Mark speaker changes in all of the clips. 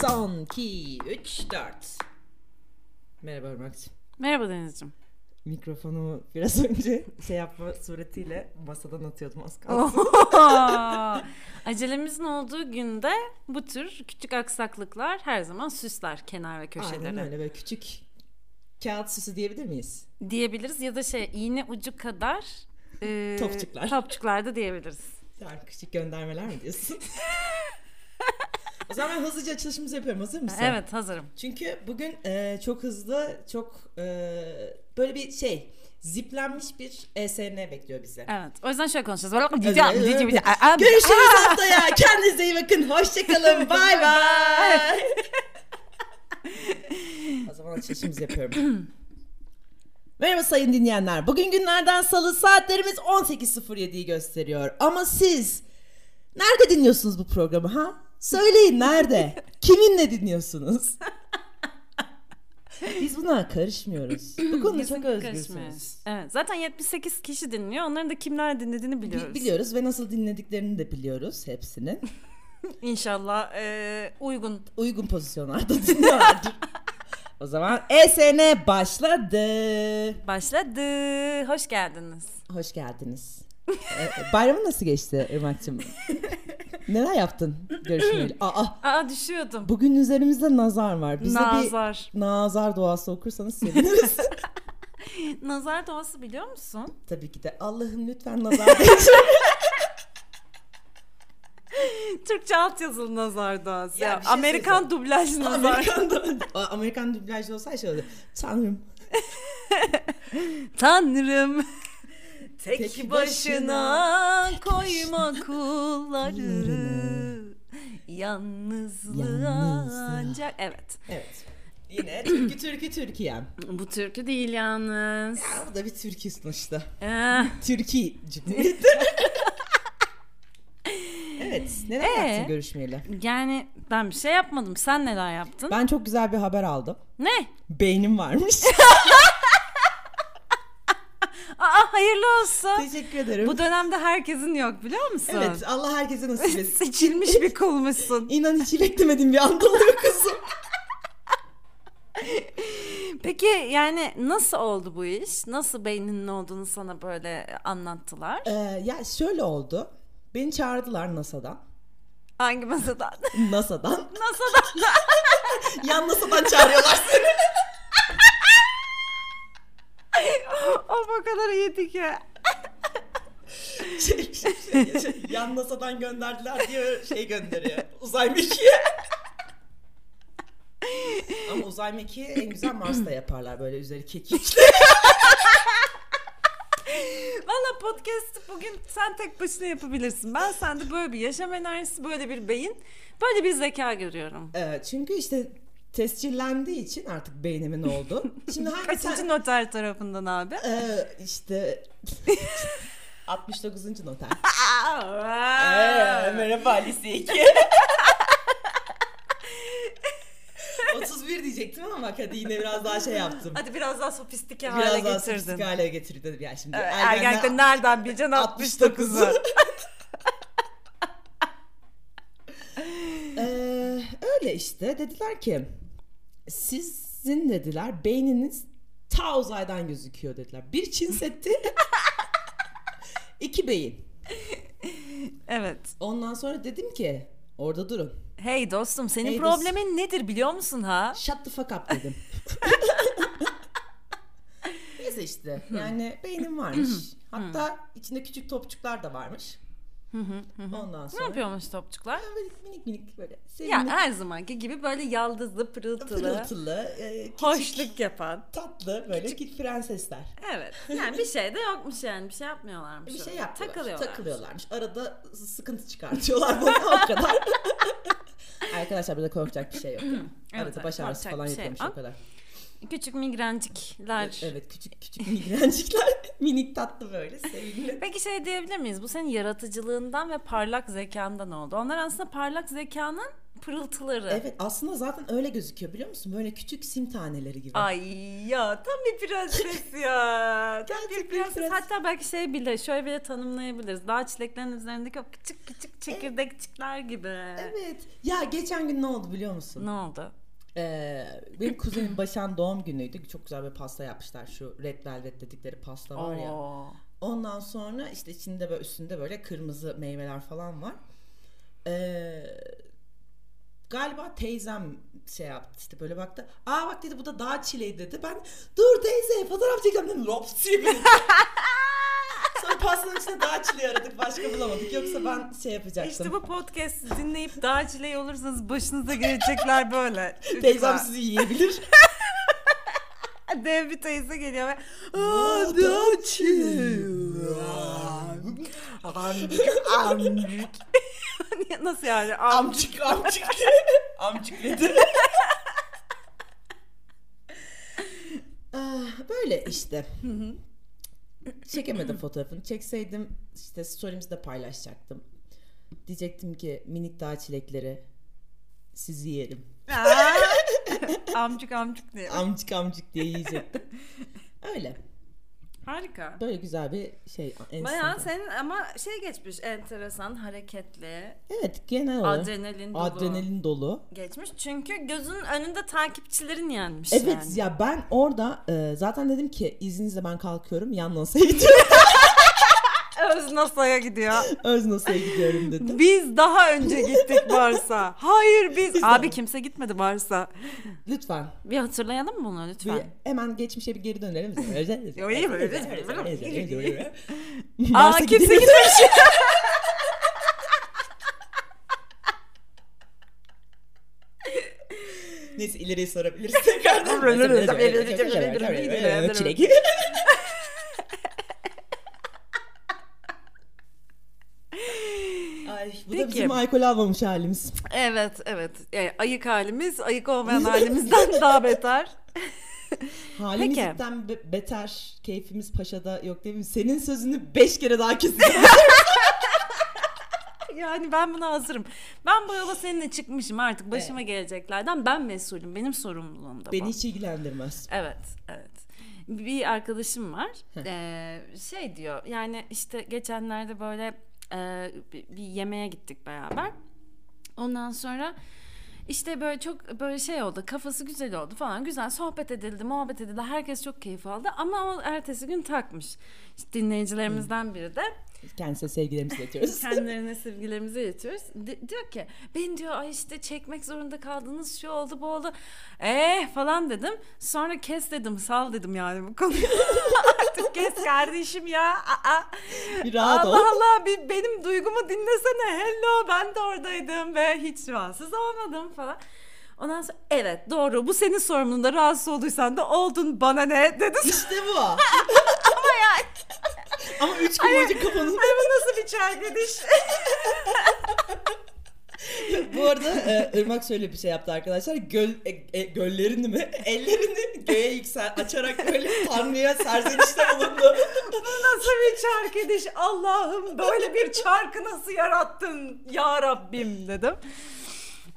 Speaker 1: Son, 2, 3, 4. Merhaba Irmak'cığım.
Speaker 2: Merhaba Deniz'ciğim.
Speaker 1: Mikrofonu biraz önce şey yapma suretiyle masadan atıyordum az
Speaker 2: Oh,
Speaker 1: kalsın.
Speaker 2: Acelemizin olduğu günde bu tür küçük aksaklıklar her zaman süsler kenar ve
Speaker 1: Aynen
Speaker 2: köşeleri.
Speaker 1: öyle böyle küçük kağıt süsü diyebilir miyiz?
Speaker 2: Diyebiliriz ya da şey iğne ucu kadar e,
Speaker 1: Topçuklar.
Speaker 2: topçuklar da diyebiliriz.
Speaker 1: Sen küçük göndermeler mi diyorsun? o zaman ben hızlıca açılışımızı yapıyorum. Hazır mısın?
Speaker 2: Evet hazırım.
Speaker 1: Çünkü bugün e, çok hızlı, çok e, böyle bir şey ziplenmiş bir ESN bekliyor bizi.
Speaker 2: Evet. O yüzden şöyle konuşacağız. Görüşürüz.
Speaker 1: Görüşürüz haftaya. Kendinize iyi bakın. Hoşçakalın. Bay bay. o zaman açılışımızı yapıyorum. Merhaba sayın dinleyenler. Bugün günlerden salı saatlerimiz 18.07'yi gösteriyor. Ama siz nerede dinliyorsunuz bu programı ha? Söyleyin nerede? Kiminle dinliyorsunuz? Biz buna karışmıyoruz. Bu konuda çok özgürsünüz.
Speaker 2: Evet. Zaten 78 kişi dinliyor. Onların da kimler dinlediğini
Speaker 1: Bi-
Speaker 2: biliyoruz.
Speaker 1: Biliyoruz ve nasıl dinlediklerini de biliyoruz hepsinin.
Speaker 2: İnşallah e, uygun.
Speaker 1: uygun pozisyonlarda dinliyorlardır. o zaman ESN başladı.
Speaker 2: Başladı. Hoş geldiniz.
Speaker 1: Hoş geldiniz. Ee, bayramın nasıl geçti Irmak'cığım? Neler yaptın görüşmeyle? Aa, ah,
Speaker 2: Aa düşüyordum.
Speaker 1: bugün üzerimizde nazar var. Bize
Speaker 2: Nazar.
Speaker 1: bir nazar duası okursanız seviniriz.
Speaker 2: Nazar doğası biliyor musun?
Speaker 1: Tabii ki de Allah'ım lütfen nazar değsin.
Speaker 2: Türkçe altyazılı nazar doğası.
Speaker 1: Ya
Speaker 2: Ya,
Speaker 1: bir şey
Speaker 2: Amerikan dublaj nazar.
Speaker 1: Amerikan, du- Amerikan dublajlı olsaydı şey olurdu. Tanrım
Speaker 2: Tanrım. Tek,
Speaker 1: Tek
Speaker 2: başına,
Speaker 1: başına
Speaker 2: koyma kullarını. Yalnızlığa
Speaker 1: Yalnızlığa.
Speaker 2: ancak evet.
Speaker 1: Evet. Yine türkü türkü Türkiye'm.
Speaker 2: Bu türkü değil yalnız.
Speaker 1: Bu da bir türkü sonuçta.
Speaker 2: Ee,
Speaker 1: Türkiye Cumhuriyeti. evet. Neler
Speaker 2: Ee?
Speaker 1: yaptın görüşmeyle?
Speaker 2: yani ben bir şey yapmadım. Sen neler yaptın?
Speaker 1: Ben çok güzel bir haber aldım.
Speaker 2: Ne?
Speaker 1: Beynim varmış.
Speaker 2: Aa hayırlı olsun.
Speaker 1: Teşekkür ederim.
Speaker 2: Bu dönemde herkesin yok biliyor musun?
Speaker 1: evet Allah herkese nasip etsin.
Speaker 2: Seçilmiş bir kulmuşsun.
Speaker 1: İnan hiç beklemedim bir anda oluyor kızım.
Speaker 2: Peki yani nasıl oldu bu iş? Nasıl beyninin ne olduğunu sana böyle e, anlattılar?
Speaker 1: Ee, ya şöyle oldu. Beni çağırdılar NASA'dan.
Speaker 2: Hangi masadan?
Speaker 1: NASA'dan.
Speaker 2: NASA'dan.
Speaker 1: Yan NASA'dan çağırıyorlar seni.
Speaker 2: o o kadar iyiydi ki.
Speaker 1: Şey, şey, şey, şey, yan NASA'dan gönderdiler diye şey gönderiyor. Uzay mekiği. Ama uzay mekiği en güzel Mars'ta yaparlar böyle üzeri kekik.
Speaker 2: Valla podcast bugün sen tek başına yapabilirsin. Ben sende böyle bir yaşam enerjisi, böyle bir beyin, böyle bir zeka görüyorum.
Speaker 1: Ee, çünkü işte tescillendiği için artık beynimin oldu. Şimdi hangi
Speaker 2: Kaçıncı
Speaker 1: sen...
Speaker 2: noter tarafından abi?
Speaker 1: Ee, işte 69. noter.
Speaker 2: Aa,
Speaker 1: Ee, merhaba lise 2. 31 diyecektim ama bak hadi yine biraz daha şey yaptım.
Speaker 2: Hadi biraz daha sofistike hale
Speaker 1: Biraz daha
Speaker 2: getirdin.
Speaker 1: sofistik hale getirdim. Yani şimdi
Speaker 2: Evet,
Speaker 1: ergenler
Speaker 2: Ergenlikte nereden bileceksin 69'u?
Speaker 1: 69'u. Ee, öyle işte dediler ki sizin dediler beyniniz ta uzaydan gözüküyor dediler. Bir Çin seti iki beyin.
Speaker 2: evet.
Speaker 1: Ondan sonra dedim ki orada durun.
Speaker 2: Hey dostum senin
Speaker 1: Hey dost-
Speaker 2: problemin nedir biliyor musun ha?
Speaker 1: Shut the fuck up dedim. Neyse işte yani beynim varmış. Hatta içinde küçük topçuklar da varmış. Ondan
Speaker 2: Ne
Speaker 1: sonra
Speaker 2: yapıyormuş topçuklar?
Speaker 1: böyle minik minik böyle
Speaker 2: Ya
Speaker 1: sevimli
Speaker 2: her zamanki gibi böyle yaldızlı pırıltılı,
Speaker 1: pırıltılı, e, küçük,
Speaker 2: hoşluk yapan.
Speaker 1: tatlı böyle küçük prensesler.
Speaker 2: Evet. Yani bir şey de yokmuş yani. Bir şey yapmıyorlarmış.
Speaker 1: Bir şey
Speaker 2: öyle.
Speaker 1: yapıyorlar.
Speaker 2: Takılıyorlar.
Speaker 1: Takılıyorlarmış. Arada sıkıntı çıkartıyorlar bana o kadar. Arkadaşlar burada korkacak bir şey yok. Yani. Arada
Speaker 2: evet,
Speaker 1: baş ağrısı
Speaker 2: korkacak
Speaker 1: falan
Speaker 2: bir şey
Speaker 1: yapıyormuş o
Speaker 2: yok.
Speaker 1: kadar.
Speaker 2: Küçük migrencikler.
Speaker 1: Evet küçük küçük migrencikler minik tatlı böyle sevimli.
Speaker 2: Peki şey diyebilir miyiz? Bu senin yaratıcılığından ve parlak zekandan oldu. Onlar aslında parlak zekanın pırıltıları.
Speaker 1: Evet aslında zaten öyle gözüküyor biliyor musun? Böyle küçük sim taneleri gibi.
Speaker 2: Ay ya tam bir prenses ya. Tam bir
Speaker 1: Gerçek bir
Speaker 2: prenses.
Speaker 1: prenses.
Speaker 2: Hatta belki şey bile şöyle bile tanımlayabiliriz. Dağ çileklerin üzerindeki o küçük küçük çekirdekçikler gibi.
Speaker 1: Evet. Ya geçen gün ne oldu biliyor musun?
Speaker 2: Ne oldu?
Speaker 1: Ee, benim kuzenim Başan doğum günüydü. Çok güzel bir pasta yapmışlar. Şu red velvet dedikleri pasta var ya.
Speaker 2: Oo.
Speaker 1: Ondan sonra işte içinde böyle üstünde böyle kırmızı meyveler falan var. Ee, galiba teyzem şey yaptı işte böyle baktı. Aa bak dedi bu da dağ çileği dedi. Ben dur teyze fotoğraf çekeceğim dedim. Lops diye bir- Sonra pastanın içinde dağ çileği aradık başka bulamadık. Yoksa ben şey yapacaktım.
Speaker 2: İşte bu podcast'i dinleyip dağ çileği olursanız başınıza gelecekler böyle.
Speaker 1: Teyzem sizi yiyebilir.
Speaker 2: Dev bir teyze geliyor ve
Speaker 1: Aa, dağ çileği.
Speaker 2: amcık. Nasıl yani? Amcık.
Speaker 1: Amcık amcık. amcık dedi. Ah, Böyle işte. Çekemedim fotoğrafını. Çekseydim işte story'imizde paylaşacaktım. Diyecektim ki minik dağ çilekleri sizi yerim.
Speaker 2: Aa. amcık amcık diye.
Speaker 1: Amcık amcık diye yiyecektim. Öyle.
Speaker 2: Harika.
Speaker 1: Böyle güzel bir şey. en
Speaker 2: Bayağı
Speaker 1: azından.
Speaker 2: senin ama şey geçmiş enteresan, hareketli,
Speaker 1: Evet genel olarak.
Speaker 2: adrenalin dolu
Speaker 1: Adrenalin dolu.
Speaker 2: geçmiş. Çünkü gözünün önünde takipçilerin yenmiş
Speaker 1: Evet
Speaker 2: yani.
Speaker 1: ya ben orada e, zaten dedim ki izninizle ben kalkıyorum yan NASA'ya gidiyorum.
Speaker 2: Öz NASA'ya gidiyor.
Speaker 1: Öz NASA'ya gidiyorum dedim.
Speaker 2: Biz daha önce gittik Mars'a. Hayır biz.
Speaker 1: Biz
Speaker 2: Abi
Speaker 1: daha-
Speaker 2: kimse gitmedi Mars'a.
Speaker 1: Lütfen.
Speaker 2: Bir hatırlayalım mı bunu
Speaker 1: Bir,
Speaker 2: lütfen?
Speaker 1: hemen geçmişe bir geri dönelim.
Speaker 2: Yo, iyi mi? Öyle mi? Öyle mi? Aa
Speaker 1: Mars'a
Speaker 2: kimse
Speaker 1: gidilmedi.
Speaker 2: gitmemiş.
Speaker 1: Neyse ileriye sorabiliriz tekrardan. Çilek. Ay, bu da
Speaker 2: Peki.
Speaker 1: bizim alkol almamış halimiz.
Speaker 2: evet evet. E, ayık halimiz ayık olmayan halimizden daha beter.
Speaker 1: Halimizden be- beter, keyfimiz paşada yok değil mi? Senin sözünü beş kere daha keseceğim.
Speaker 2: Yani ben buna hazırım. Ben bu yola seninle çıkmışım artık başıma geleceklerden ben mesulüm. Benim sorumluluğumda bu.
Speaker 1: Beni hiç ilgilendirmez.
Speaker 2: Evet, evet. Bir arkadaşım var. Ee, şey diyor. Yani işte geçenlerde böyle e, bir bir yemeğe gittik beraber. Ondan sonra işte böyle çok böyle şey oldu. Kafası güzel oldu falan. Güzel sohbet edildi, muhabbet edildi. Herkes çok keyif aldı ama o ertesi gün takmış. İşte dinleyicilerimizden biri de
Speaker 1: Kendisine sevgilerimizi iletiyoruz.
Speaker 2: kendilerine sevgilerimizi iletiyoruz. Di- diyor ki ben diyor ay işte çekmek zorunda kaldınız şu oldu bu oldu. Eh falan dedim. Sonra kes dedim sal dedim yani bu konuyu. Artık kes kardeşim ya. Aa,
Speaker 1: Bir rahat ol.
Speaker 2: Allah Allah bir benim duygumu dinlesene. Hello ben de oradaydım ve hiç rahatsız olmadım falan. Ondan sonra evet doğru bu senin sorumluluğunda rahatsız olduysan da oldun bana ne dedi.
Speaker 1: İşte bu. Ama Ama üç gün boyunca kafanızı...
Speaker 2: Ay bu nasıl bir çergediş.
Speaker 1: Bu arada e, Irmak şöyle bir şey yaptı arkadaşlar. Göl, e, e, göllerini mi? Ellerini göğe yüksel açarak böyle Tanrı'ya serzenişte bulundu.
Speaker 2: Nasıl bir çark ediş Allah'ım böyle bir çarkı nasıl yarattın ya Rabbim dedim.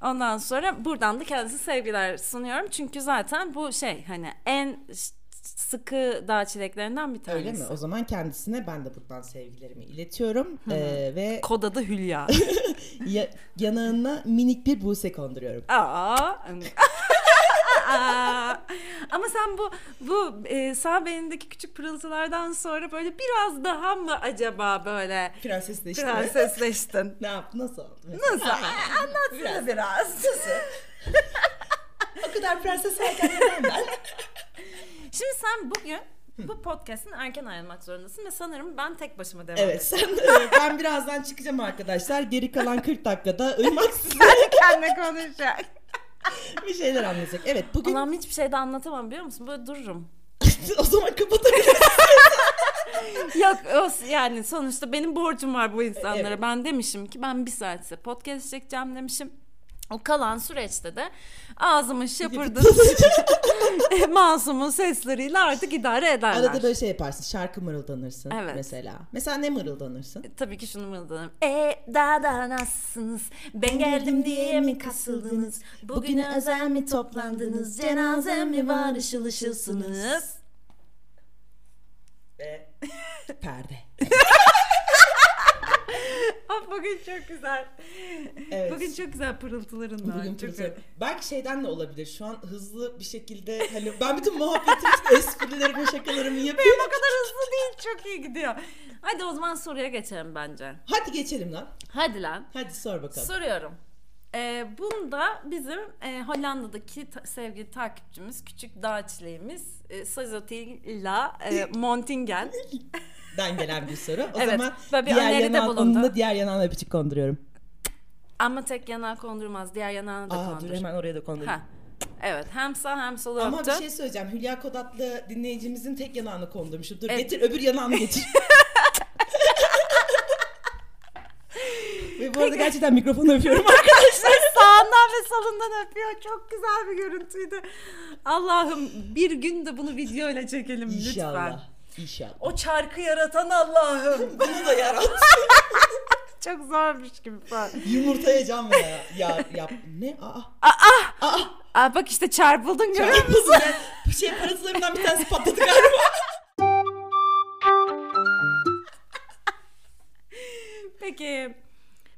Speaker 2: Ondan sonra buradan da kendisi sevgiler sunuyorum. Çünkü zaten bu şey hani en s- sıkı dağ çileklerinden bir tanesi.
Speaker 1: Öyle mi? O zaman kendisine ben de buradan sevgilerimi iletiyorum. E, ve
Speaker 2: Kod adı Hülya.
Speaker 1: ya- yanağına minik bir buse konduruyorum.
Speaker 2: Aa. Aa. Ama sen bu bu e, sağ belindeki küçük pırıltılardan sonra böyle biraz daha mı acaba böyle
Speaker 1: Prenses de işte.
Speaker 2: prensesleştin?
Speaker 1: Ne yaptı? Nasıl oldu?
Speaker 2: Nasıl? Anlatsana biraz.
Speaker 1: o kadar prenses varken neden ben?
Speaker 2: Şimdi sen bugün bu podcast'in erken ayrılmak zorundasın ve sanırım ben tek başıma devam
Speaker 1: Evet sen e, ben birazdan çıkacağım arkadaşlar. Geri kalan 40 dakikada Irmak size
Speaker 2: Kendine konuşacak.
Speaker 1: bir şeyler anlatacak. Evet bugün
Speaker 2: Allah'ım hiçbir şey de anlatamam biliyor musun? Böyle dururum.
Speaker 1: o zaman kapatabiliriz.
Speaker 2: Yok o- yani sonuçta benim borcum var bu insanlara.
Speaker 1: Evet.
Speaker 2: Ben demişim ki ben bir saat size podcast çekeceğim demişim. O kalan süreçte de ağzımın şapırdı masumun sesleriyle artık idare ederler.
Speaker 1: Arada böyle şey yaparsın. Şarkı mırıldanırsın
Speaker 2: Evet.
Speaker 1: mesela. Mesela ne mırıldanırsın?
Speaker 2: Tabii ki şunu mırıldanırım. E daha da nasılsınız? Ben geldim diye mi kasıldınız? Bugüne özel mi toplandınız? Cenazem mi var ışıl ışılsınız?
Speaker 1: Ve perde.
Speaker 2: Ah bugün çok güzel.
Speaker 1: Evet.
Speaker 2: Bugün çok güzel pırıltıların var.
Speaker 1: Bugün
Speaker 2: çok
Speaker 1: pırtı- Belki şeyden de olabilir. Şu an hızlı bir şekilde hani ben bütün muhabbetimi, esprilerimi, şakalarımı
Speaker 2: Benim
Speaker 1: yapıyorum.
Speaker 2: o kadar hızlı değil çok iyi gidiyor. Hadi o zaman soruya geçelim bence.
Speaker 1: Hadi geçelim lan.
Speaker 2: Hadi lan.
Speaker 1: Hadi sor bakalım.
Speaker 2: Soruyorum. Ee, bunda bizim e, Hollanda'daki ta- sevgili takipçimiz, küçük dağ çileğimiz e, Sazatilla e, Montingen.
Speaker 1: Ben gelen bir soru. O
Speaker 2: Evet,
Speaker 1: zaman
Speaker 2: böyle bir
Speaker 1: diğer
Speaker 2: öneride
Speaker 1: yanağın,
Speaker 2: bulundu.
Speaker 1: onun da diğer yanağına öpücük konduruyorum.
Speaker 2: Ama tek yanağı kondurmaz, diğer yanağını da
Speaker 1: Aa dur
Speaker 2: kondur.
Speaker 1: hemen oraya da kondurayım.
Speaker 2: Ha. Evet, hem sağ hem sola
Speaker 1: Ama
Speaker 2: öptü.
Speaker 1: bir şey söyleyeceğim. Hülya Kodatlı dinleyicimizin tek yanağını kondurmuşum. Dur
Speaker 2: Evet.
Speaker 1: getir öbür yanağını getir. Ve bu arada gerçekten mikrofonu öpüyorum.
Speaker 2: Arkadaşlar sağından ve solundan öpüyor. Çok güzel bir görüntüydü. Allah'ım bir gün de bunu videoyla çekelim lütfen.
Speaker 1: İnşallah. İnşallah.
Speaker 2: O çarkı yaratan Allah'ım.
Speaker 1: Bunu da yarat.
Speaker 2: Çok zormuş gibi falan.
Speaker 1: Yumurtaya can ver ya. ya yap. Ne? Aa.
Speaker 2: Aa, bak işte çarpıldın görüyor musun?
Speaker 1: Çarpılsın ya. Bir şey parıltılarından bir tanesi patladı galiba.
Speaker 2: Peki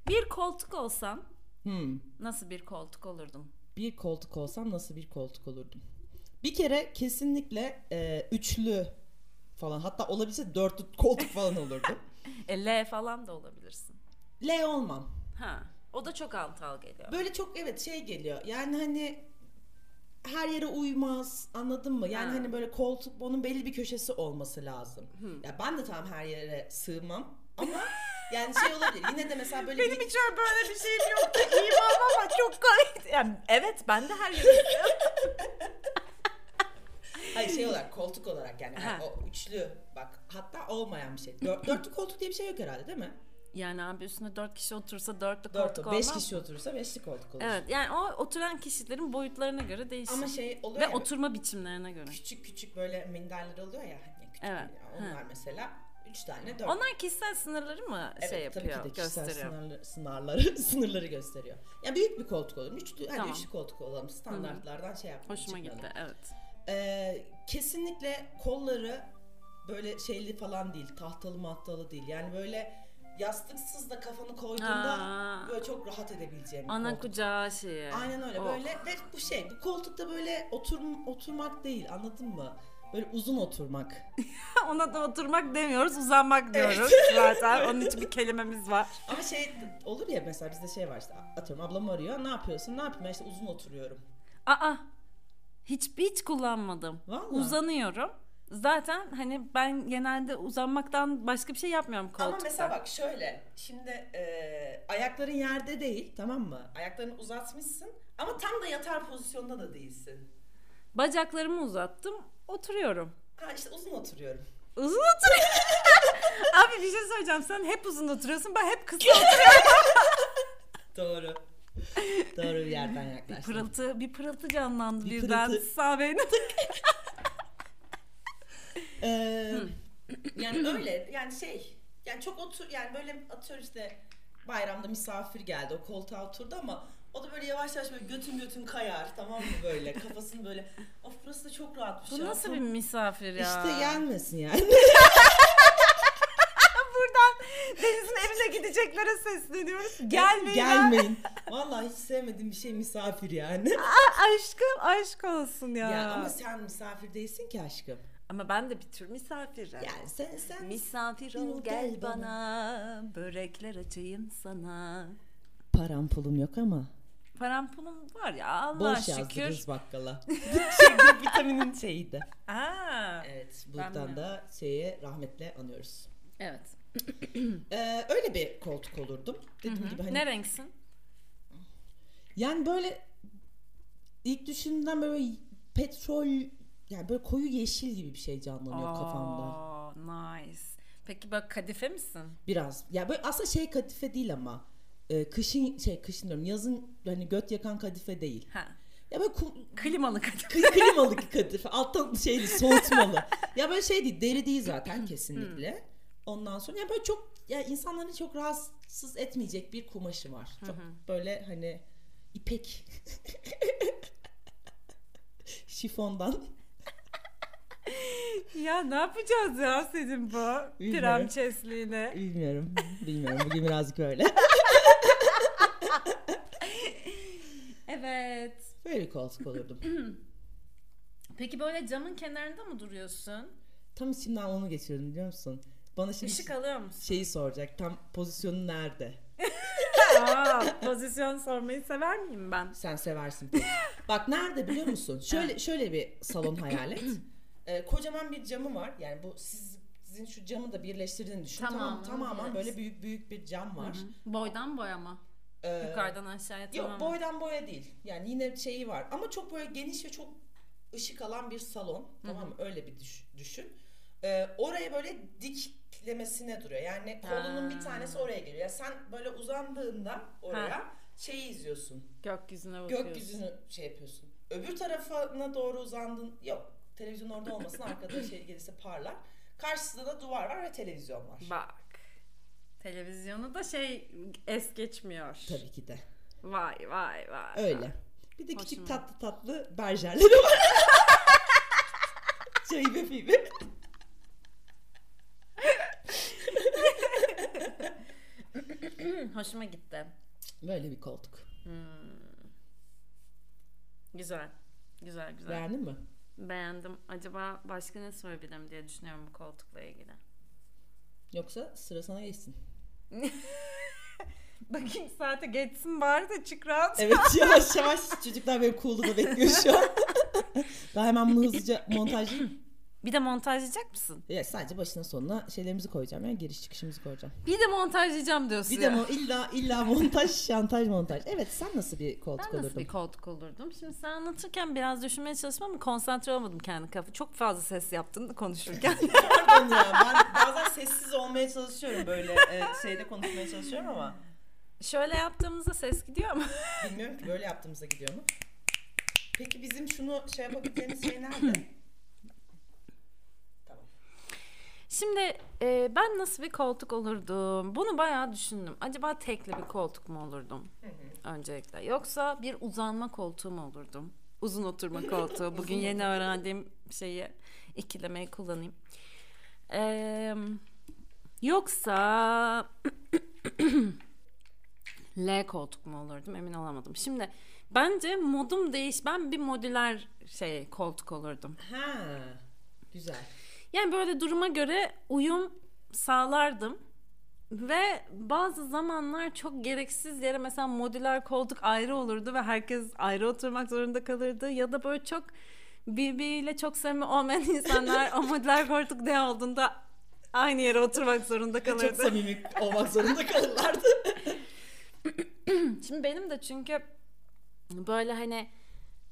Speaker 2: bir koltuk olsan
Speaker 1: Hmm.
Speaker 2: nasıl bir koltuk olurdun?
Speaker 1: Bir koltuk olsam nasıl bir koltuk olurdum? Bir kere kesinlikle e, üçlü falan hatta olabilse dörtlü koltuk falan olurdum.
Speaker 2: E, L falan da olabilirsin.
Speaker 1: L olmam.
Speaker 2: Ha. O da çok antal geliyor.
Speaker 1: Böyle çok evet şey geliyor. Yani hani her yere uymaz anladın mı? Yani
Speaker 2: Ha.
Speaker 1: hani böyle koltuk onun belli bir köşesi olması lazım. Ya ben de tam her yere sığmam ama yani şey olabilir. Yine de mesela böyle bir-
Speaker 2: hiç böyle bir şeyim yoktu. İyiyim ama çok gayet. Yani, evet ben de her yere
Speaker 1: Hayır şey olarak koltuk olarak yani hani
Speaker 2: Ha.
Speaker 1: o üçlü bak hatta olmayan bir şey. Dört, dörtlü koltuk diye bir şey yok herhalde değil mi?
Speaker 2: Yani abi üstüne dört kişi otursa dörtlü koltuk
Speaker 1: Dörtlü.
Speaker 2: olmaz.
Speaker 1: Beş kişi oturursa beşli koltuk olur.
Speaker 2: Evet yani o oturan kişilerin boyutlarına göre değişir.
Speaker 1: Ama şey oluyor
Speaker 2: Ve
Speaker 1: ya,
Speaker 2: oturma biçimlerine göre.
Speaker 1: küçük küçük böyle minderler oluyor ya hani küçük
Speaker 2: Evet.
Speaker 1: minder. onlar mesela üç tane dört.
Speaker 2: Onlar kişisel sınırları mı
Speaker 1: Evet,
Speaker 2: şey
Speaker 1: tabii
Speaker 2: yapıyor,
Speaker 1: ki de kişisel
Speaker 2: gösteriyor?
Speaker 1: sınırlı- sınırları, sınırları gösteriyor. Yani büyük bir koltuk olur. Üçlü, hani
Speaker 2: Tamam.
Speaker 1: üçlü koltuk olalım. Standartlardan şey yapmayalım.
Speaker 2: Hoşuma
Speaker 1: çıkmayalım.
Speaker 2: gitti evet.
Speaker 1: Ee, kesinlikle kolları böyle şeyli falan değil. Tahtalı mahtalı değil. Yani böyle yastıksız da kafanı koyduğunda
Speaker 2: Aa.
Speaker 1: böyle çok rahat edebileceğim. bir
Speaker 2: Ana
Speaker 1: koltuk.
Speaker 2: kucağı şeyi.
Speaker 1: Aynen öyle
Speaker 2: Oh.
Speaker 1: böyle ve bu şey bu koltukta böyle oturum oturmak değil anladın mı? Böyle uzun oturmak.
Speaker 2: Ona da oturmak demiyoruz, uzanmak diyoruz zaten. Onun için bir kelimemiz var.
Speaker 1: Ama şey olur ya mesela bizde şey var işte atıyorum ablam arıyor ne yapıyorsun ne yapayım ben işte uzun oturuyorum.
Speaker 2: Aa, hiç hiç kullanmadım.
Speaker 1: Vallahi.
Speaker 2: Uzanıyorum. Zaten hani ben genelde uzanmaktan başka bir şey yapmıyorum koltukta.
Speaker 1: Ama mesela bak şöyle şimdi e, ayakların yerde değil tamam mı? Ayaklarını uzatmışsın ama tam da yatar pozisyonda da değilsin.
Speaker 2: Bacaklarımı uzattım, oturuyorum.
Speaker 1: Ha işte uzun oturuyorum.
Speaker 2: Uzun oturuyorum. Abi bir şey söyleyeceğim. Sen hep uzun oturuyorsun, ben hep kısa oturuyorum.
Speaker 1: Doğru. Doğru bir yerden yaklaştın.
Speaker 2: pırıltı, bir pırıltı canlandı
Speaker 1: Bir
Speaker 2: birden.
Speaker 1: pırıltı.
Speaker 2: Sağ beynim.
Speaker 1: Ee, yani öyle yani şey yani çok otur yani böyle atıyor işte bayramda misafir geldi o koltuğa oturdu ama o da böyle yavaş yavaş böyle götüm götüm kayar tamam mı böyle kafasını böyle of burası da çok rahatmış
Speaker 2: Bu
Speaker 1: ya.
Speaker 2: nasıl bir misafir ya?
Speaker 1: İşte gelmesin yani.
Speaker 2: Buradan Deniz'in evine gideceklere sesleniyoruz. Gelmeyin. ha.
Speaker 1: Gelmeyin. Vallahi hiç sevmediğim bir şey misafir yani.
Speaker 2: Aşkım aşk olsun ya.
Speaker 1: ya ama
Speaker 2: ama,
Speaker 1: sen misafir değilsin ki aşkım.
Speaker 2: ben de bir tür misafirim.
Speaker 1: Yani sen sen
Speaker 2: Misafir ol gel bana, börekler açayım sana.
Speaker 1: param pulum yok ama
Speaker 2: Param pulum var ya Allah
Speaker 1: boş
Speaker 2: şükür.
Speaker 1: yazdırırız bakkala. şey, vitaminin şeyiydi.
Speaker 2: Aa,
Speaker 1: Evet,
Speaker 2: Ben
Speaker 1: buradan
Speaker 2: mi?
Speaker 1: da şeye rahmetle anıyoruz.
Speaker 2: evet.
Speaker 1: Ee, öyle bir koltuk olurdum. Dediğim gibi hani
Speaker 2: Ne renksin?
Speaker 1: yani böyle ilk düşündüğümden böyle petrol yani böyle koyu yeşil gibi bir şey canlanıyor kafamda.
Speaker 2: Oo, Nice. Peki bak kadife misin?
Speaker 1: Biraz. Ya böyle aslında şey kadife değil ama e, kışın şey kışın diyorum yazın hani göt yakan kadife değil.
Speaker 2: Ha.
Speaker 1: Ya böyle kum,
Speaker 2: Klimalı kadın.
Speaker 1: kli- klimalı kadife alttan şeyli soğutmalı. ya böyle şey değil deri değil zaten kesinlikle. Ondan sonra ya böyle çok ya insanları çok rahatsız etmeyecek bir kumaşı var. Çok böyle hani ipek şifondan.
Speaker 2: ya ne yapacağız ya senin bu
Speaker 1: Bilmiyorum.
Speaker 2: prençesliğine?
Speaker 1: Bilmiyorum. Bilmiyorum. Bugün birazcık öyle.
Speaker 2: Evet.
Speaker 1: Böyle koltuk olurdum.
Speaker 2: Peki böyle camın kenarında mı duruyorsun?
Speaker 1: Tam içimden onu geçirdim biliyor musun? Bana şimdi
Speaker 2: Işık alıyor musun?
Speaker 1: şeyi soracak. Tam pozisyonu nerede?
Speaker 2: Aa, pozisyon sormayı sever miyim ben?
Speaker 1: Sen seversin. poz- Bak nerede biliyor musun? Şöyle şöyle bir salon hayal et. Ee, kocaman bir camı var. Yani bu siz- sizin şu camı da birleştirdiğini düşün. Tamam,
Speaker 2: Tamamen,
Speaker 1: tamamen
Speaker 2: evet.
Speaker 1: böyle büyük büyük bir cam var.
Speaker 2: Boydan boya mı?
Speaker 1: Ee,
Speaker 2: Yukarıdan aşağıya
Speaker 1: Yok
Speaker 2: tamam.
Speaker 1: boydan boya değil. Yani yine şeyi var. Ama çok böyle geniş ve çok ışık alan bir salon. Tamam mı? Öyle bir düş- düşün. Ee, oraya böyle diklemesine duruyor. Yani kolunun bir
Speaker 2: Ha.
Speaker 1: tanesi oraya geliyor. Yani sen böyle uzandığında oraya şeyi izliyorsun.
Speaker 2: Gökyüzüne bakıyorsun.
Speaker 1: Gökyüzünü şey yapıyorsun. Öbür tarafına doğru uzandın. Yok. Televizyon orada olmasın. Arkada şey gelirse parlar. Karşısında da duvar var ve televizyon var.
Speaker 2: Bak. Televizyonu da şey es geçmiyor.
Speaker 1: Tabii ki de.
Speaker 2: Vay vay vay.
Speaker 1: Öyle. Bir de
Speaker 2: Hoşuma.
Speaker 1: küçük tatlı tatlı berjerleri var. Şeybe fibi.
Speaker 2: Hı, Hoşuma gitti.
Speaker 1: Böyle bir koltuk.
Speaker 2: Güzel. Güzel güzel.
Speaker 1: Beğendin mi?
Speaker 2: Beğendim. Acaba başka ne sorabilirim diye düşünüyorum bu koltukla ilgili.
Speaker 1: Yoksa sıra sana geçsin.
Speaker 2: Bakayım saate geçsin bari de çık rahat.
Speaker 1: Evet yavaş yavaş çocuklar benim cool'u bekliyor şu an. Daha hemen bunu hızlıca montajlayayım.
Speaker 2: Bir de montajlayacak mısın?
Speaker 1: Ya sadece başına sonuna şeylerimizi koyacağım yani giriş çıkışımızı koyacağım.
Speaker 2: Bir de montajlayacağım diyorsun
Speaker 1: Bir
Speaker 2: ya.
Speaker 1: de mo- illa illa montaj, şantaj, montaj. Evet sen nasıl bir koltuk
Speaker 2: Ben nasıl
Speaker 1: olurdun?
Speaker 2: bir koltuk olurdum? Şimdi sen anlatırken biraz düşünmeye çalıştım ama konsantre olamadım kendi kafamda. Çok fazla ses yaptın konuşurken.
Speaker 1: Pardon ya ben bazen sessiz olmaya çalışıyorum böyle e, şeyde konuşmaya çalışıyorum ama
Speaker 2: Şöyle yaptığımızda ses gidiyor mu?
Speaker 1: Bilmiyorum ki böyle yaptığımızda gidiyor mu? Peki bizim şunu şey yapabileceğimiz şey nerede? tamam.
Speaker 2: Şimdi e, ben nasıl bir koltuk olurdum? Bunu bayağı düşündüm. Acaba tekli bir koltuk mu olurdum? Öncelikle. Yoksa bir uzanma koltuğu mu olurdum? Uzun oturma koltuğu. Bugün yeni öğrendiğim şeyi ikilemeyi kullanayım. Eee, yoksa L koltuk mu olurdum emin olamadım. Şimdi bence modum değiş. Ben bir modüler şey koltuk olurdum.
Speaker 1: Ha. Güzel.
Speaker 2: Yani böyle duruma göre uyum sağlardım. Ve bazı zamanlar çok gereksiz yere mesela modüler koltuk ayrı olurdu ve herkes ayrı oturmak zorunda kalırdı. Ya da böyle çok birbiriyle çok samimi olmayan insanlar o modüler koltuk ne olduğunda aynı yere oturmak zorunda
Speaker 1: Çok
Speaker 2: kalırdı.
Speaker 1: samimi olmak zorunda kalırlardı.
Speaker 2: Şimdi benim de çünkü böyle hani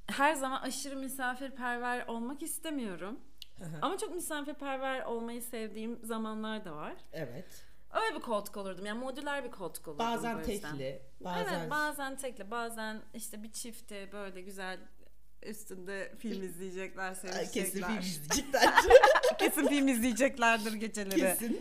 Speaker 2: her zaman aşırı misafirperver olmak istemiyorum.
Speaker 1: Aha.
Speaker 2: Ama çok misafirperver olmayı sevdiğim zamanlar da var.
Speaker 1: evet.
Speaker 2: Öyle bir koltuk olurdum. Yani modüler bir koltuk olurdum.
Speaker 1: Bazen
Speaker 2: bu yüzden.
Speaker 1: tekli, bazen
Speaker 2: Evet bazen tekli. Bazen işte bir çifte böyle güzel üstünde film izleyecekler,
Speaker 1: Ay, kesin
Speaker 2: sevişecekler.
Speaker 1: bir cidden
Speaker 2: Kesin film izleyeceklerdir geceleri.
Speaker 1: kesin.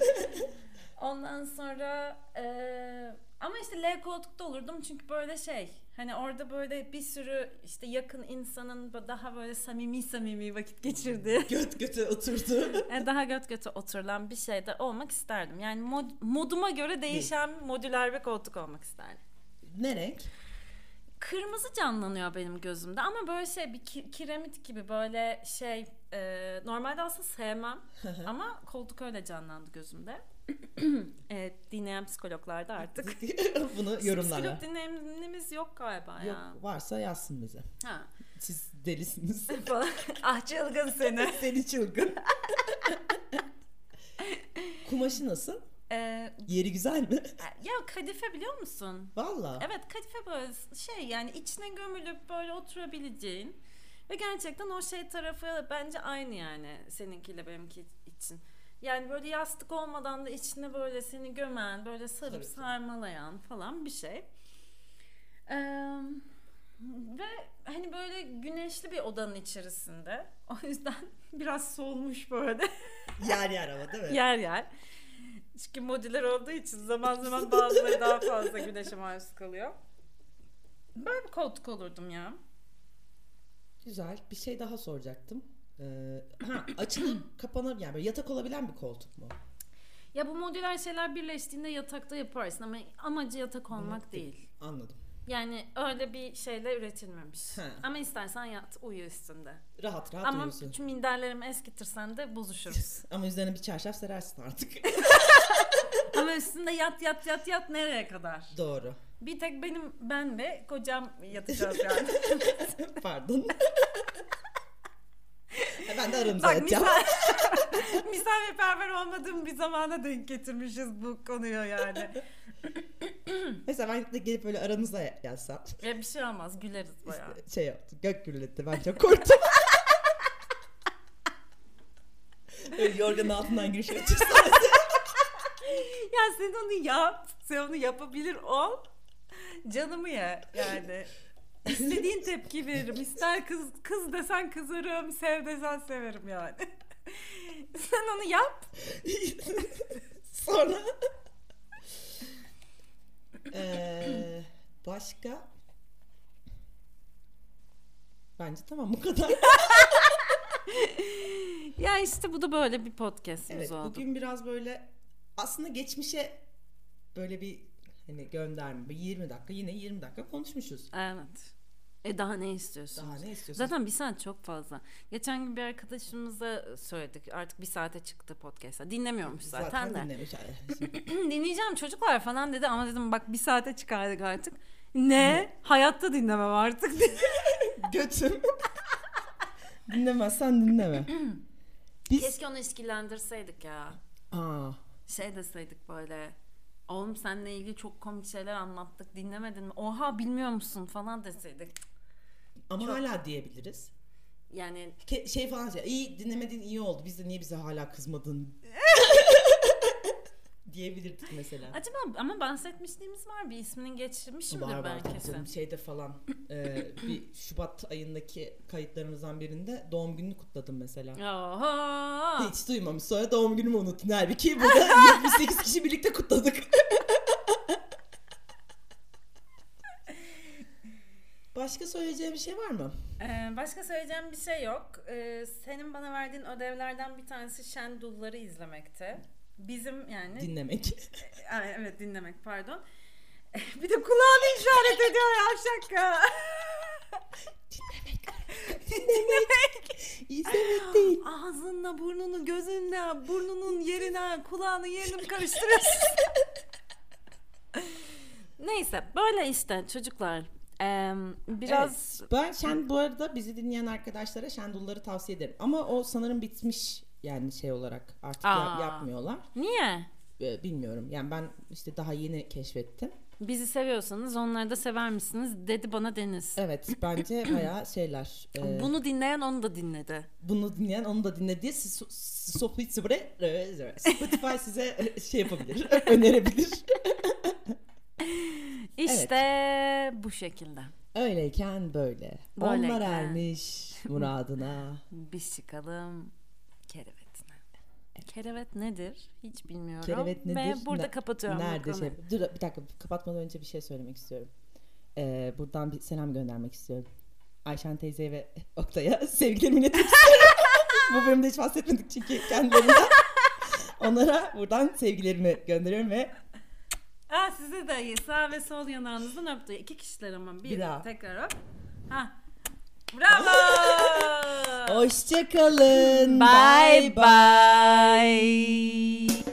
Speaker 2: Ondan sonra eee, ama işte L koltukta olurdum çünkü böyle şey hani orada böyle bir sürü işte yakın insanın daha böyle samimi samimi vakit geçirdiği
Speaker 1: Göt göte oturdu.
Speaker 2: yani daha göt göte oturulan bir şeyde olmak isterdim. Yani mod, moduma göre değişen modüler bir koltuk olmak isterdim.
Speaker 1: ne renk?
Speaker 2: Kırmızı canlanıyor benim gözümde ama böyle şey bir ki- kiremit gibi böyle şey e, normalde aslında sevmem ama koltuk öyle canlandı gözümde. e, dinleyen psikologlarda artık.
Speaker 1: Bunu
Speaker 2: Psikolog
Speaker 1: yorumlara.
Speaker 2: dinleyenimiz yok galiba ya.
Speaker 1: Yok varsa yazsın bize.
Speaker 2: Ha.
Speaker 1: Siz delisiniz.
Speaker 2: Falan. ah çılgın seni.
Speaker 1: Deli çılgın. Kumaşı nasıl?
Speaker 2: E,
Speaker 1: Yeri güzel mi?
Speaker 2: ya kadife biliyor musun?
Speaker 1: Valla.
Speaker 2: Evet kadife böyle şey yani içine gömülüp böyle oturabileceğin ve gerçekten o şey tarafı bence aynı yani seninkiyle benimki için. Yani böyle yastık olmadan da içine böyle seni gömen, böyle sarıp
Speaker 1: Tabii, tabii.
Speaker 2: sarmalayan falan bir şey. Ee, ve hani böyle güneşli bir odanın içerisinde. O yüzden biraz solmuş böyle
Speaker 1: Yer yer ama değil mi?
Speaker 2: yer yer. Çünkü modüler olduğu için zaman zaman bazıları daha fazla güneşe maruz kalıyor. Böyle bir koltuk olurdum ya.
Speaker 1: Güzel. Bir şey daha soracaktım. Ee, ha, açılıp kapanır yani böyle yatak olabilen bir koltuk mu?
Speaker 2: Ya bu modüler şeyler birleştiğinde yatakta yaparsın ama amacı yatak olmak değil.
Speaker 1: Anladım.
Speaker 2: Yani öyle bir şeyle üretilmemiş.
Speaker 1: Ha.
Speaker 2: Ama istersen yat uyu üstünde.
Speaker 1: Rahat rahat
Speaker 2: ama
Speaker 1: uyuyorsun.
Speaker 2: bütün minderlerimi eskitirsen de bozuşuruz.
Speaker 1: Ama üzerine bir çarşaf serersin artık.
Speaker 2: ama üstünde yat yat yat yat nereye kadar?
Speaker 1: Doğru.
Speaker 2: Bir tek benim ben ve kocam yatacağız yani.
Speaker 1: Pardon. ben de aramıza
Speaker 2: Bak
Speaker 1: yatacağım.
Speaker 2: misal, misafirperver olmadığım bir zamana denk getirmişiz bu konuyu yani.
Speaker 1: Mesela ben de gelip böyle aranıza yatsam.
Speaker 2: Ve bir şey olmaz güleriz bayağı.
Speaker 1: Şey yaptı. Gök gürültü. Ben çok korktum. Böyle yorganın altından giriş açıksın.
Speaker 2: Ya sen onu yap. Sen onu yapabilir ol. Canımı ye yani. İstediğin tepki veririm. İster kız, kız desen kızarım, sev desen severim yani. sen onu yap.
Speaker 1: Sonra Ee, başka Bence tamam bu kadar.
Speaker 2: Ya işte bu da böyle bir podcastimiz
Speaker 1: Evet, bugün biraz böyle aslında geçmişe böyle bir hani gönderme bir 20 dakika yine 20 dakika konuşmuşuz.
Speaker 2: Evet. E daha ne istiyorsun?
Speaker 1: Daha ne istiyorsun?
Speaker 2: Zaten bir saat çok fazla. Geçen gün bir arkadaşımıza söyledik. Artık bir saate çıktı podcast'a. Dinlemiyormuş zaten, de.
Speaker 1: dinlemiş.
Speaker 2: Dinleyeceğim çocuklar falan dedi ama dedim bak bir saate çıkardık artık. Ne? Hayatta dinlemem artık.
Speaker 1: Götüm. Dinlemezsen dinleme. Biz
Speaker 2: Keşke onu ilişkilendirseydik ya.
Speaker 1: Aa,
Speaker 2: Şey deseydik böyle. Oğlum seninle ilgili çok komik şeyler anlattık dinlemedin mi? Oha bilmiyor musun falan deseydik.
Speaker 1: ama hala diyebiliriz.
Speaker 2: Yani
Speaker 1: Ke- şey falan şey, iyi dinlemediğin iyi oldu. Biz de niye bize hala kızmadın diyebilirdik mesela.
Speaker 2: acaba ama bahsetmişliğimiz var bir isminin geçirmişimdir
Speaker 1: Var
Speaker 2: ben
Speaker 1: var tabii
Speaker 2: kesin.
Speaker 1: canım. şeyde falan e, bir Şubat ayındaki kayıtlarımızdan birinde doğum gününü kutladım mesela.
Speaker 2: Oha!
Speaker 1: Hiç duymamış sonra doğum günümü unuttun halbuki burada 78 kişi birlikte kutladık. Başka söyleyeceğim bir şey var mı?
Speaker 2: Ee, başka söyleyeceğim bir şey yok. Ee, senin bana verdiğin ödevlerden bir tanesi Şendulları izlemekti. Bizim yani
Speaker 1: Dinlemek.
Speaker 2: Aa, evet dinlemek pardon. bir de kulağını işaret ediyor yavşak.
Speaker 1: İzlemek değil.
Speaker 2: Ağzınla burnunu gözünle burnunun yerine kulağını yerine mi karıştırıyorsun? Neyse böyle işte çocuklar. Ee, biraz
Speaker 1: Evet, ben Şen bu arada bizi dinleyen arkadaşlara Şendulları tavsiye ederim. Ama o sanırım bitmiş yani şey olarak artık ya-
Speaker 2: Aa.
Speaker 1: yapmıyorlar.
Speaker 2: niye?
Speaker 1: Ee, bilmiyorum. Yani ben işte daha yeni keşfettim.
Speaker 2: Bizi seviyorsanız onları da sever misiniz dedi bana Deniz.
Speaker 1: Evet bence bayağı şeyler. e,
Speaker 2: Bunu dinleyen onu da dinledi.
Speaker 1: bunu dinleyen onu da dinle diye siz- siz- Spotify Spotify size şey yapabilir, önerebilir.
Speaker 2: İşte bu şekilde.
Speaker 1: Öyleyken böyle.
Speaker 2: Böyleyken.
Speaker 1: Onlar ermiş muradına.
Speaker 2: Biz çıkalım kerevetine. Kerevet nedir? Hiç bilmiyorum.
Speaker 1: Kerevet nedir?
Speaker 2: Ve burada
Speaker 1: Ne-
Speaker 2: kapatıyorum. bu
Speaker 1: Nerede şey?
Speaker 2: konuyu.
Speaker 1: Dur bir dakika kapatmadan önce bir şey söylemek istiyorum. Ee, buradan bir selam göndermek istiyorum. Ayşen teyzeye ve Oktay'a sevgilerimi iletmek istiyorum. Bu bölümde hiç bahsetmedik çünkü kendilerinden. Onlara buradan sevgilerimi gönderiyorum ve
Speaker 2: Aa, size Ah, de iyi. Sağ ve sol yanağınızdan öptü. İki kişiler ama. Bir,
Speaker 1: Bir daha.
Speaker 2: tekrar öp. Ha. Bravo.
Speaker 1: hoşçakalın.
Speaker 2: bye bye.